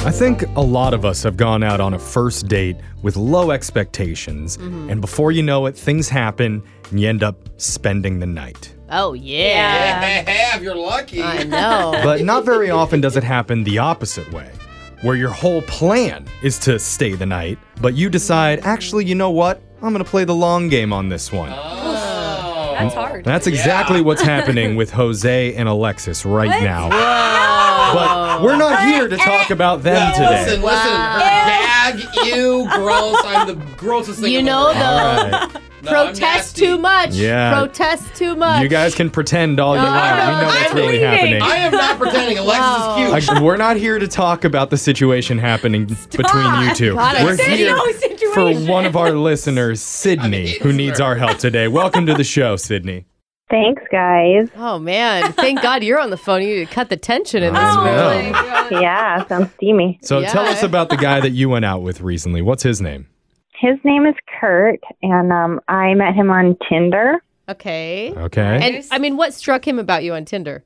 I think a lot of us have gone out on a first date with low expectations, and before you know it, things happen and you end up spending the night. Oh, yeah. Have you're lucky. I know. But not very often does it happen the opposite way, where your whole plan is to stay the night, but you decide, actually, you know what? I'm going to play the long game on this one. That's hard. That's exactly what's happening with Jose and Alexis right now. But we're not here to talk about them Listen, today. listen. Her gag, you, gross. I'm the grossest thing. You in the know, world. though, All right. No, I'm Protest nasty. too much. Yeah. Protest too much. You guys can pretend all you want. We know what's I'm really leaving. happening. I am not pretending. Wow. Alexis is cute. Like, we're not here to talk about the situation happening between you two. God, I we're said here no for situation. one of our listeners, Sydney, who needs our help today. Welcome to the show, Sydney. Thanks, guys. Oh, man. Thank God you're on the phone. You need to cut the tension in this Oh. I room. know. Oh my God. Yeah, sounds steamy. So Yeah. tell us about the guy that you went out with recently. What's his name? His name is Kurt, and um, I met him on Tinder. Okay. Okay. And I mean, what struck him about you on Tinder?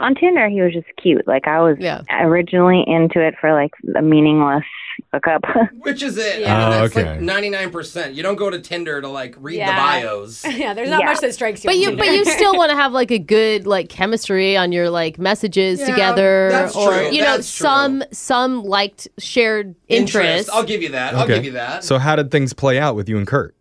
On Tinder, he was just cute. Like I was Yeah. originally into it for like a meaningless hookup. Which is it? Yeah. Oh, That's okay. like 99%. You don't go to Tinder to like read Yeah. the bios. Yeah, there's not Yeah. much that strikes you. But on you, Tinder. but you still want to have like a good like chemistry on your like messages Yeah, together, that's or true, you know, that's true. some some liked shared interests. I'll give you that. I'll Okay. give you that. So how did things play out with you and Kurt?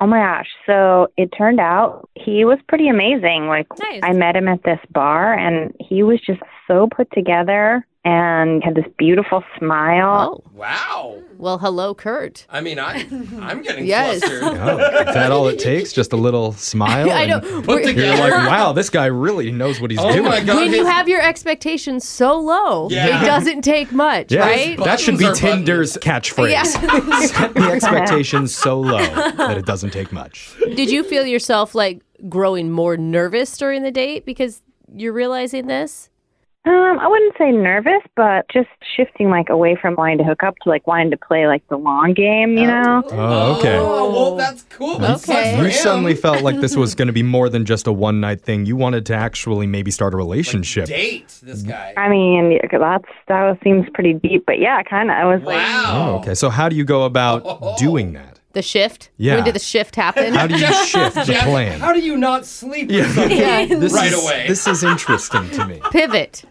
oh my gosh! So it turned out he was pretty amazing. Like Nice. I met him at this bar, and he was just so put together and had this beautiful smile. Oh, wow. well, hello, Kurt. I mean, I, I'm getting Yes. flustered. Oh, is that all it takes? Just a little smile? I and know. Put We're- You're together. like, wow, this guy really knows what he's Oh doing. my god. When you his- have your expectations so low, Yeah. it doesn't take much, Yeah, right? that should be Buttons are Tinder's catchphrase. Yeah. Set the expectations so low that it doesn't take much. Did you feel yourself like growing more nervous during the date because you're realizing this? Um, I wouldn't say nervous, but just shifting like away from wanting to hook up to like wanting to play like the long game, you know? Oh, okay. Oh, well, that's cool. That sucks Okay. for You him. suddenly felt like this was going to be more than just a one night thing. You wanted to actually maybe start a relationship. date this guy. I mean, yeah, that's that was- seems pretty deep, but yeah, kind of. I was like, Wow. oh, okay. So, how do you go about Oh. doing that? The shift? Yeah. When did the shift happen? How do you shift the Jeff, plan? How do you not sleep with Yeah. something? This Right is, away. This is interesting to me. pivot?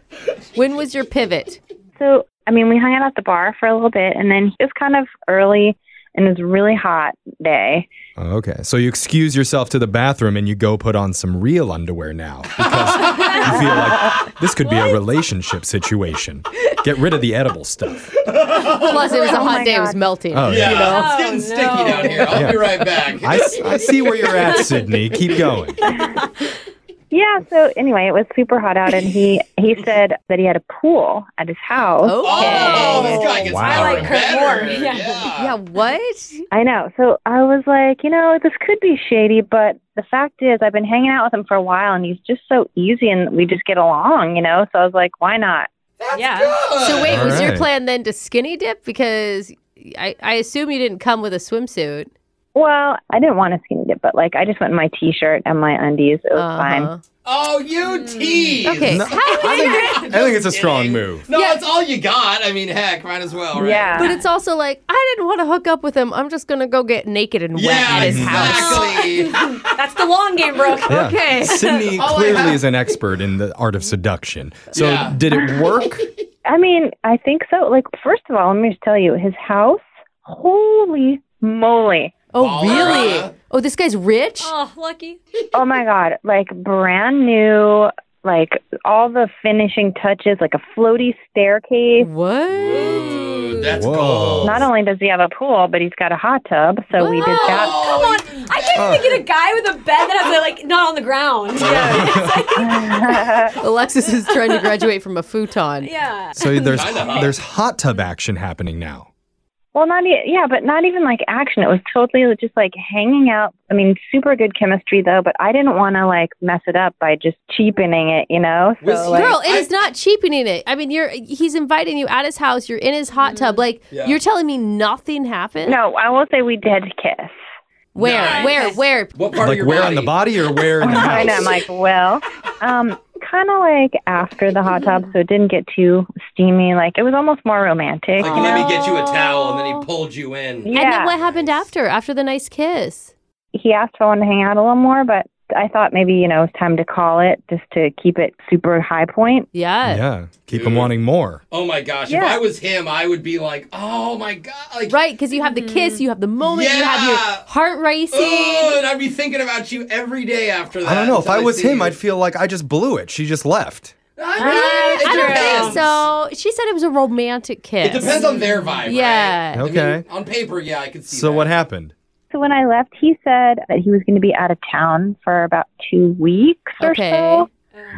When was your pivot? so I mean, we hung out at the bar for a little bit, and then it was kind of early, and it was a really hot day. Okay. So, you excuse yourself to the bathroom and you go put on some real underwear now because you feel like this could be a relationship situation. Get rid of the edible stuff. Plus, it was a Oh hot my day. It was God. melting. Oh, Yeah, Oh, it's getting no. sticky down here. I'll be right back. I, s- I see where you're at, Sydney. Keep going. Yeah. So anyway, it was super hot out, and he he said that he had a pool at his house. oh, Okay. this guy gets Wow. better I like and Kurt better. more. Yeah. Yeah. Yeah, what? I know. So I was like, you know, this could be shady, but the fact is, I've been hanging out with him for a while, and he's just so easy, and we just get along, you know. So I was like, why not? That's Yeah. good. So wait, All was your right. plan then to skinny dip? Because I, I assume you didn't come with a swimsuit. Well, I didn't want to skinny dip, but like, I just went in my t-shirt and my undies. It was fine. Uh-huh. Oh, you tease. Okay. No, so how- I think, I think it's a strong move. No, Yeah. that's all you got. I mean, heck, might as well, right? Yeah. but it's also like I didn't want to hook up with him. I'm just gonna go get naked and wet Yeah, at his house. exactly. That's the long game, Brooke. Yeah. Okay. Sydney All I clearly have- is an expert in the art of seduction. So, Yeah. did it work? I mean, I think so. Like, first of all, let me just tell you, his house, holy moly! Oh Baller, huh? really? Oh, this guy's rich. Oh, lucky. Oh my god, like brand new, like all the finishing touches, like a floaty staircase. What? Ooh, that's Whoa. gold. Not only does he have a pool, but he's got a hot tub. So we did that. Oh, Come on. I can't even get a guy with a bed that has like not on the ground. Alexis is trying to graduate from a futon. Yeah. So, there's, Kinda hot. there's hot tub action happening now. Well, not e- yeah, but not even like action. It was totally just like hanging out. I mean, super good chemistry though. But I didn't want to like mess it up by just cheapening it, you know. So Was he- like, Girl, it I- is not cheapening it. I mean, you're he's inviting you at his house. You're in his hot Mm-hmm. tub. Like Yeah. you're telling me nothing happened. no, I will say we did kiss. Where? Nice. Where? Where? What part of Like, your where on body? the body or where in the house? and I'm like, well, um, kind of like after the hot tub, so it didn't get too steamy. Like it was almost more romantic. Like, you let know? me get you a towel, and then he pulled you in. Yeah. And then what happened after? After the nice kiss? he asked if I wanted to hang out a little more, but I thought maybe you know it was time to call it just to keep it super high point. Yeah. Yeah. Keep him Dude. wanting more. Oh my gosh! Yeah. If I was him, I would be like, "Oh my god!" Like, Right, because you have the kiss, you have the moment, you have your Mm-hmm. Yeah. heart racing. "Oh," and I'd be thinking about you every day after that. I don't know. If I until was see him, you. I'd feel like I just blew it. She just left. I, Uh, I mean, it don't think depends. so. She said it was a romantic kiss. It depends on their vibe. Yeah. Right? I mean, Okay. on paper, yeah, I could see. So that. what happened? So when I left, he said that he was going to be out of town for about two weeks or Okay. so.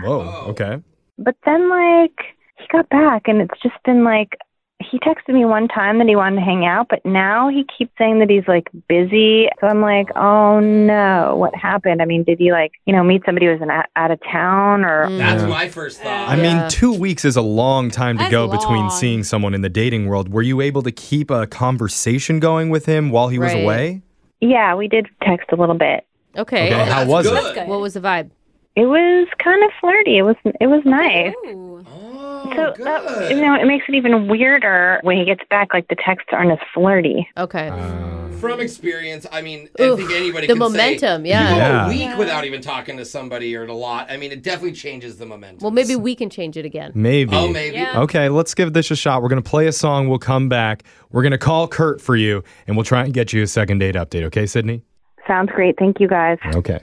Whoa. Oh. Okay. But then like he got back, and it's just been like he texted me one time that he wanted to hang out, but now he keeps saying that he's like busy. So I'm like, oh no, what happened? I mean, did he like you know meet somebody who was an, out of town or? That's Yeah. my first thought. I Yeah. mean, two weeks is a long time to That's go between long. seeing someone in the dating world. Were you able to keep a conversation going with him while he was Right. away? Yeah, we did text a little bit. Okay. Okay. How That's was good. it? good. What was the vibe? It was kind of flirty. It was it was nice. Ooh. Oh, So good. that, you know, it makes it even weirder when he gets back. Like the texts aren't as flirty. Uh, Okay. Oh, From experience, I mean, I Oof, think anybody the can momentum, say, yeah. You go Yeah. a week without even talking to somebody or a lot. I mean, it definitely changes the momentum. Well, maybe we can change it again. Maybe. Oh, maybe. Okay, let's give this a shot. We're going to play a song. We'll come back. We're going to call Kurt for you, and we'll try and get you a second date update. Okay, Sydney? Sounds great. Thank you guys. Okay.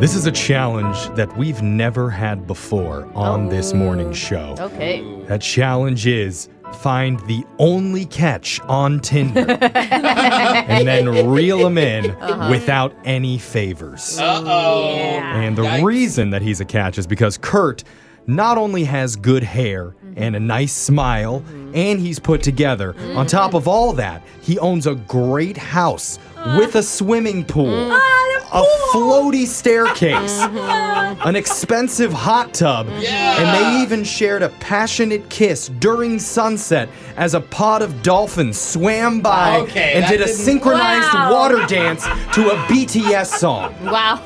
This is a challenge that we've never had before on this morning show. Okay. That challenge is find the only catch on Tinder and then reel him in without any favors. Uh oh. And the Yikes. reason that he's a catch is because Kurt not only has good hair and a nice smile, and he's put together. On top of all that, he owns a great house with a swimming pool, a floaty staircase, an expensive hot tub, Yeah. and they even shared a passionate kiss during sunset as a pod of dolphins swam by Okay, and that did a didn't- synchronized water dance to a BTS song. Wow.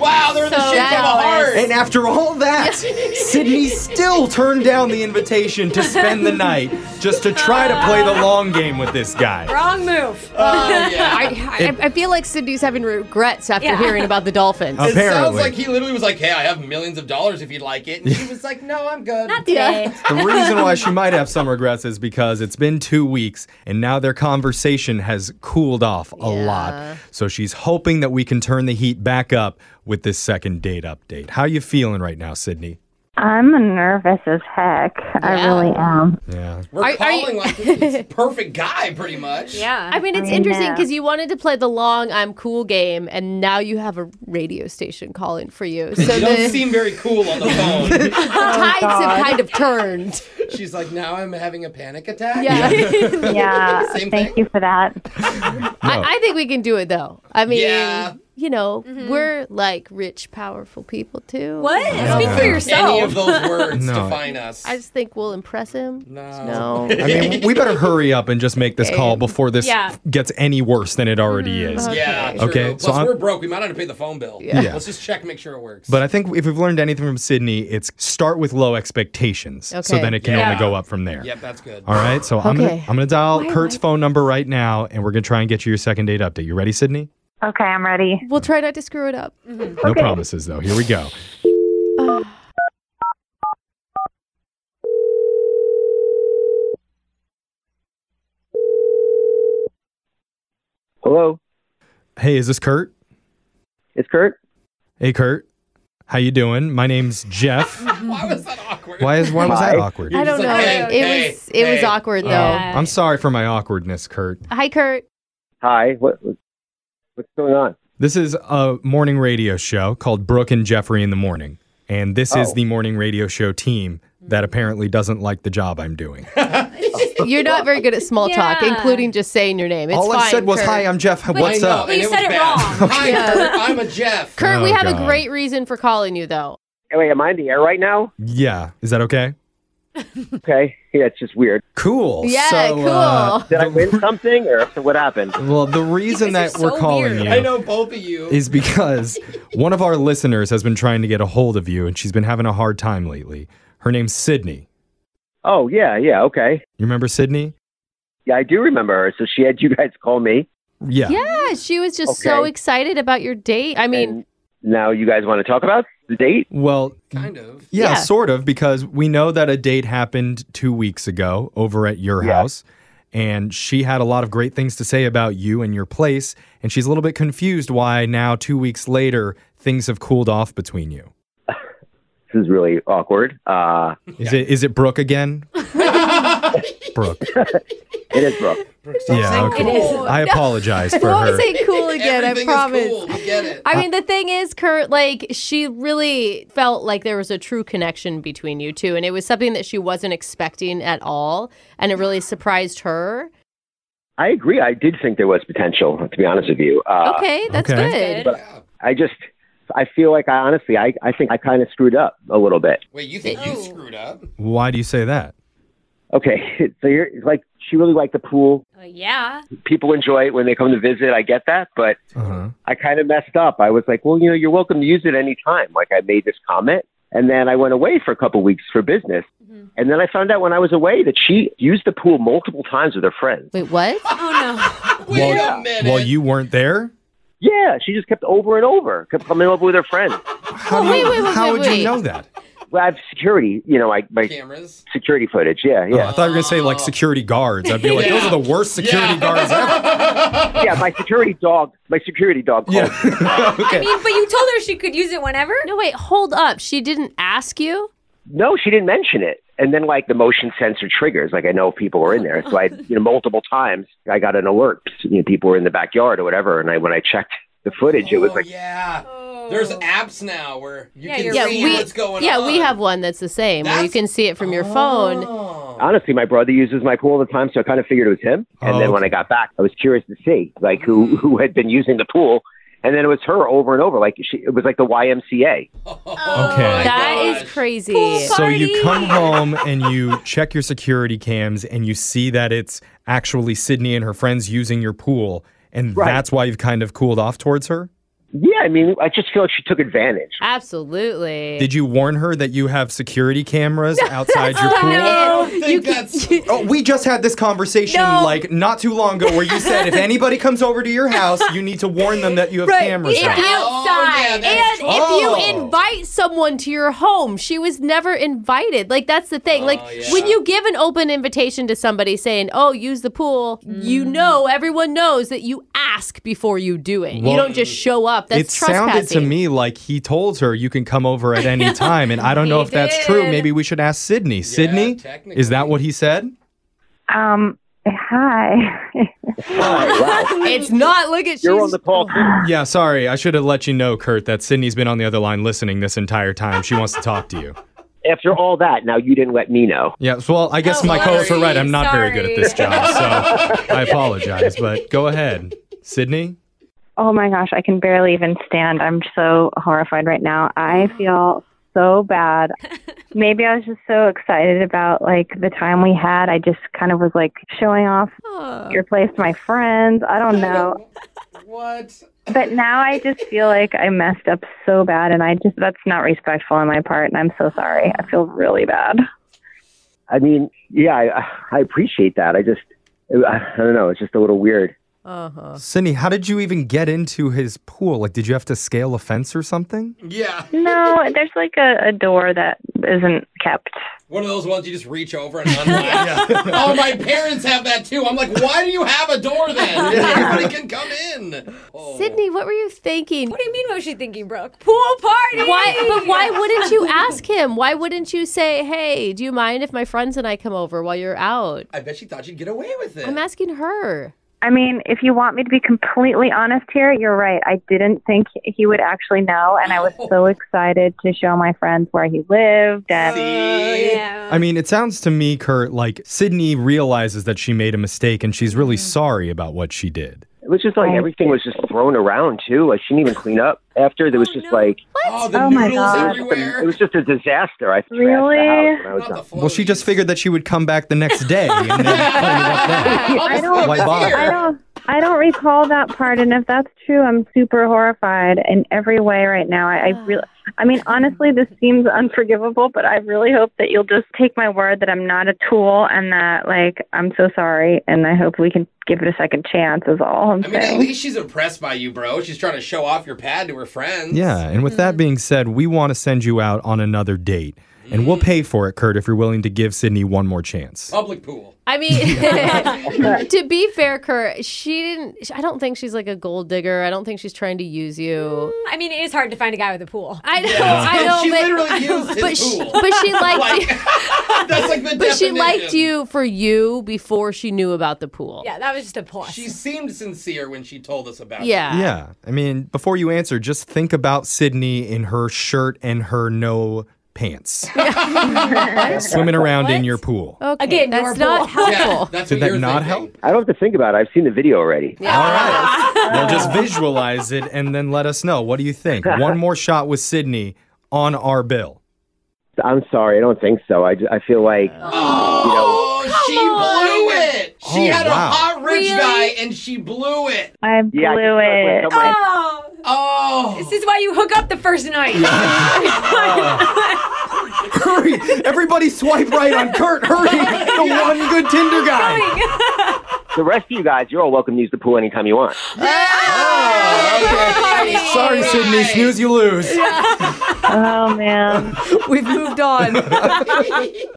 Wow, they're in the So shape of a that heart. And after all that, Sydney still turned down the invitation to spend the night just to try to play the long game with this guy. Wrong move. Oh, yeah. I, I, I feel like Sydney's having regrets after Yeah. hearing about the dolphins. Okay. it sounds apparently. like he literally was like, "Hey, I have millions of dollars if you'd like it," and she was like, "No, I'm good." Not today. The reason why she might have some regrets is because it's been two weeks and now their conversation has cooled off a lot. So she's hoping that we can turn the heat back up with this second date update. How you feeling right now, Sydney? I'm nervous as heck. I Yeah. really am. Yeah. We're Are- are you- calling like this is perfect guy, pretty much. Yeah. I mean, it's I interesting know. because you wanted to play the long "I'm cool" game, and now you have a radio station calling for you. So You don't the seem very cool on the phone. tides have kind of turned. She's like, "Now I'm having a panic attack." Yeah, Yeah. Same Thank thing. you for that. I, I think we can do it though. I mean, Yeah. you know, we're like rich, powerful people too. What? Speak for Any of yourself. those words No. define us. I just think we'll impress him. No. No. I mean, we better hurry up and just make this call before this Yeah. gets any worse than it already is. Yeah. True. Okay, Plus, so I'm- we're broke. We might have to pay the phone bill. Yeah. Let's just check, and make sure it works. But I think if we've learned anything from Sydney, it's start with low expectations. So Okay. then it can Yeah. only go up from there. yep, that's good. All right. So I'm Okay. gonna I'm gonna dial Kurt's phone number right now and we're gonna try and get you your second date update. You ready, Sydney? Okay, I'm ready. We'll try not to screw it up. No promises though. Here we go. Hello, Hey, is this Kurt? it's Kurt. Hey Kurt. How you doing? My name's Jeff. Why was that awkward? Why is why was that Hi. awkward? I don't just know. it like, hey, hey, was it was hey. awkward though. Oh, I'm sorry for my awkwardness, Kurt. Hi, Kurt. Hi, what what- what's going on? This is a morning radio show called Brooke and Jeffrey in the Morning. And this is Oh. the morning radio show team that apparently doesn't like the job I'm doing. You're not very good at small talk, Yeah. including just saying your name. It's All fine, I said was, Kurt. "Hi, I'm Jeff. What's I know, up?" and You was said it bad. wrong. Hi, Kurt. I'm a Jeff. Kurt, we Oh, have God. a great reason for calling you though. Hey, Wait, am I in the air right now? Yeah, is that okay? Okay. Yeah, it's just weird. Cool. Yeah, so, cool. uh, Did I win something or so what happened? well, the reason guys that are we're so calling weird. you I know both of you. is because one of our listeners has been trying to get a hold of you, and she's been having a hard time lately. Her name's Sydney. Oh, yeah, yeah, okay. You remember Sydney? Yeah, I do remember her. So she had you guys call me. Yeah. Yeah, she was just so Okay. excited about your date. I mean, and now you guys want to talk about the date? Well, kind of. yeah, Yeah. sort of, because we know that a date happened two weeks ago over at your Yeah. house, and she had a lot of great things to say about you and your place, and she's a little bit confused why now, two weeks later, things have cooled off between you. This is really awkward. Uh, Is it is it Brooke again? Brooke. it is Brooke. Yeah, It okay. is. I apologize for don't her. say cool again, I Everything promise. is cool. We get it. I mean, the thing is, Kurt, like, she really felt like there was a true connection between you two. And it was something that she wasn't expecting at all. And it really surprised her. I agree. I did think there was potential, to be honest with you. Uh, Okay, that's Okay. good. Good. I just, I feel like I honestly, I, I think I kind of screwed up a little bit. Wait, you think you Oh. screwed up? Why do you say that? Okay, so you're like, she really liked the pool. Uh, yeah. People enjoy it when they come to visit. I get that, but Uh-huh. I kind of messed up. I was like, well, you know, you're welcome to use it any time. Like I made this comment. And then I went away for a couple weeks for business. And then I found out when I was away that she used the pool multiple times with her friends. Wait, what? Oh Wait Well- a minute. Well, you weren't there? Yeah, she just kept over and over, kept coming over with her friends. How, do wait, you, wait, wait, how wait, would you wait. know that? Well, I have security, you know, I, my cameras. security footage. Yeah, Oh, yeah. I thought you were going to say like security guards. I'd be like, those are the worst security Yeah. guards ever. yeah, my security dog, my security dog called. Yeah. no. I mean, but you told her she could use it whenever. No, wait, hold up. She didn't ask you? No, she didn't mention it. And then like the motion sensor triggers, like I know people were in there. So I, you know, multiple times I got an alert, you know, people were in the backyard or whatever. And I, when I checked the footage, it was oh, like, yeah. There's apps now where you Yeah, can you're see Oh. Yeah, Seeing we, what's going yeah on. we have one that's the same where you That's- can see it from your phone. Oh. honestly, my brother uses my pool all the time, so I kind of figured it was him. And Oh, then when I got back, I was curious to see like who who had been using the pool, and then it was her over and over. Like she, it was like the YMCA. Okay. That my is gosh. crazy. So you Party. come home and you check your security cams and you see that it's actually Sydney and her friends using your pool. And Right. that's why you've kind of cooled off towards her? Yeah, I mean, I just feel like she took advantage. Absolutely. Did you warn her that you have security cameras outside your pool? I think that's Oh, we just had this conversation No. like not too long ago where you said if anybody comes over to your house, you need to warn them that you have cameras If out. you- Oh, yeah, outside. that's And true. Oh. if you invite someone to your home, she was never invited. Like that's the thing. like Oh, yeah. when you give an open invitation to somebody saying, "Oh, use the pool," you know everyone knows that you ask before you do it. Well, you don't just show up. That's it sounded to trespassing. me like he told her you can come over at any time, and I don't know He if that's true. did. Maybe we should ask Sydney. Sydney, is that technically. what he said? Um, hi. wow, It's not. Look at you're she's- on the call. Too. Yeah, sorry, I should have let you know, Kurt, that Sydney's been on the other line listening this entire time. She wants to talk to you. After all that, now you didn't let me know. Yeah, so, well, I guess Oh, my co-hosts were sorry, right. I'm not very good at this sorry. job, so I apologize. But go ahead, Sydney. Oh my gosh, I can barely even stand. I'm so horrified right now. I feel so bad. Maybe I was just so excited about like the time we had. I just kind of was like showing off Oh. your place to my friends. I don't know. What? But now I just feel like I messed up so bad and I just that's not respectful on my part and I'm so sorry. I feel really bad. I mean, yeah, I, I appreciate that. I just, I don't know, it's just a little weird. Uh-huh. Sydney, how did you even get into his pool? Like, did you have to scale a fence or something? Yeah. No, there's like a, a door that isn't kept. One of those ones you just reach over and unlock. Oh, my parents have that too. I'm like, why do you have a door then? Everybody can come in. Oh. Sydney, what were you thinking? What do you mean? What was she thinking, Brooke? Pool party. Why? But why wouldn't you ask him? Why wouldn't you say, "Hey, do you mind if my friends and I come over while you're out?" I bet she thought she'd get away with it. I'm asking her. I mean, if you want me to be completely honest here, you're right. I didn't think he would actually know, and I was so excited to show my friends where he lived. And Yeah. I mean, it sounds to Mm. me, Kurt, like Sydney realizes that she made a mistake and she's really sorry about what she did. It was just like everything was just thrown around too. Like she didn't even clean up after. There was just like Oh, the Oh my noodles God. everywhere. it was just a disaster. I trashed the Really? house when I was Not done. the Well, she floaties. just figured that she would come back the next day. And then clean it up then. I don't, White bottle. I don't, I don't recall that part. And if that's true, I'm super horrified in every way right now. I, I really, I mean, honestly, this seems unforgivable, but I really hope that you'll just take my word that I'm not a tool and that, like, I'm so sorry. And I hope we can give it a second chance. Is all I'm I mean, at saying. least she's impressed by you, bro. She's trying to show off your pad to her friends. Yeah, and with that being said, we want to send you out on another date. And we'll pay for it, Kurt, if you're willing to give Sydney one more chance. Public pool. I mean, to be fair, Kurt, she didn't. I don't think she's like a gold digger. I don't think she's trying to use you. I mean, it is hard to find a guy with a pool. I know, I know, Mm, she but, literally used his but she, pool. but she liked Like, you. that's like the But she liked definition. you for you before she knew about the pool. Yeah, that was just a plus. She seemed sincere when she told us about it. Yeah. Yeah, I mean, before you answer, just think about Sydney in her shirt and her no pants, swimming around in your pool. Okay. Again, your that's not pool. Yeah, helpful. that's Did what that you're not thinking. help? I don't have to think about it. I've seen the video already. All right. Well, just visualize it and then let us know. What do you think? One more shot with Sydney on our bill. I'm sorry. I don't think so. I, ju- I feel like Oh, she blew it. She Oh, had a wow. hot rich guy and she blew it. I blew yeah. I just feel like when it. someone- Oh, Oh. this is why you hook up the first night. Hurry! Everybody swipe right on Kurt. Hurry! The one good Tinder guy. the rest of you guys, you're all welcome to use the pool anytime you want. Oh, okay. Sorry, Alright. Sydney. Snooze, you lose. Oh man. We've moved on.